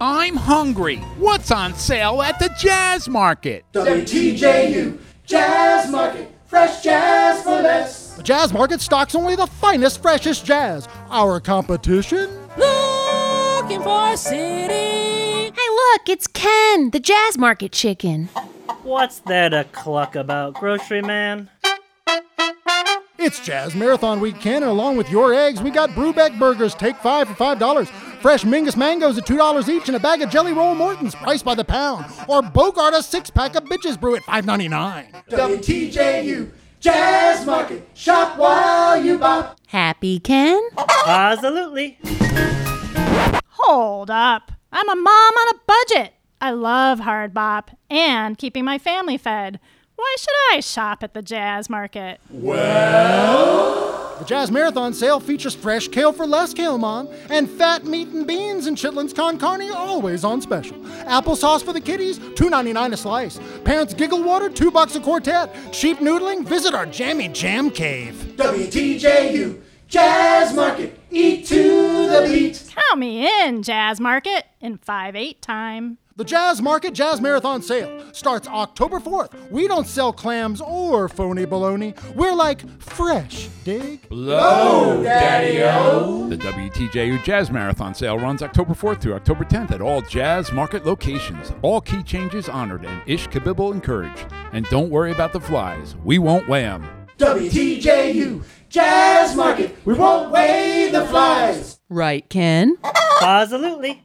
I'm hungry. What's on sale at the Jazz Market? WTJU Jazz Market, fresh jazz for less. The Jazz Market stocks only the finest, freshest jazz. Our competition? Looking for a city. Hey, look, it's Ken, the Jazz Market chicken. What's there to cluck about, grocery man? It's Jazz Marathon Weekend, and along with your eggs, we got Brewbeck Burgers, take five for $5. Fresh Mingus Mangoes at $2 each, and a bag of Jelly Roll Mortons, priced by the pound. Or Bogart a six pack of Bitches Brew at $5.99. WTJU Jazz Market, shop while you bop. Happy Ken? Absolutely. Hold up. I'm a mom on a budget. I love hard bop and keeping my family fed. Why should I shop at the jazz market? The Jazz Marathon sale features fresh kale for less kale, Mom, and fat meat and beans and chitlins con carne always on special. Applesauce for the kiddies, $2.99 a slice. Parents giggle water, two bucks a quartet. Cheap noodling, visit our jammy jam cave. WTJU Jazz Market, eat to the beat. Count me in, jazz market, in 5 8 time. The Jazz Market Jazz Marathon sale starts October 4th. We don't sell clams or phony baloney. We're like fresh, dig? The WTJU Jazz Marathon sale runs October 4th through October 10th at all Jazz Market locations. All key changes honored and ish kabibble encouraged. And don't worry about the flies. We won't weigh 'em. WTJU Jazz Market, we won't weigh the flies. Right, Ken? Absolutely.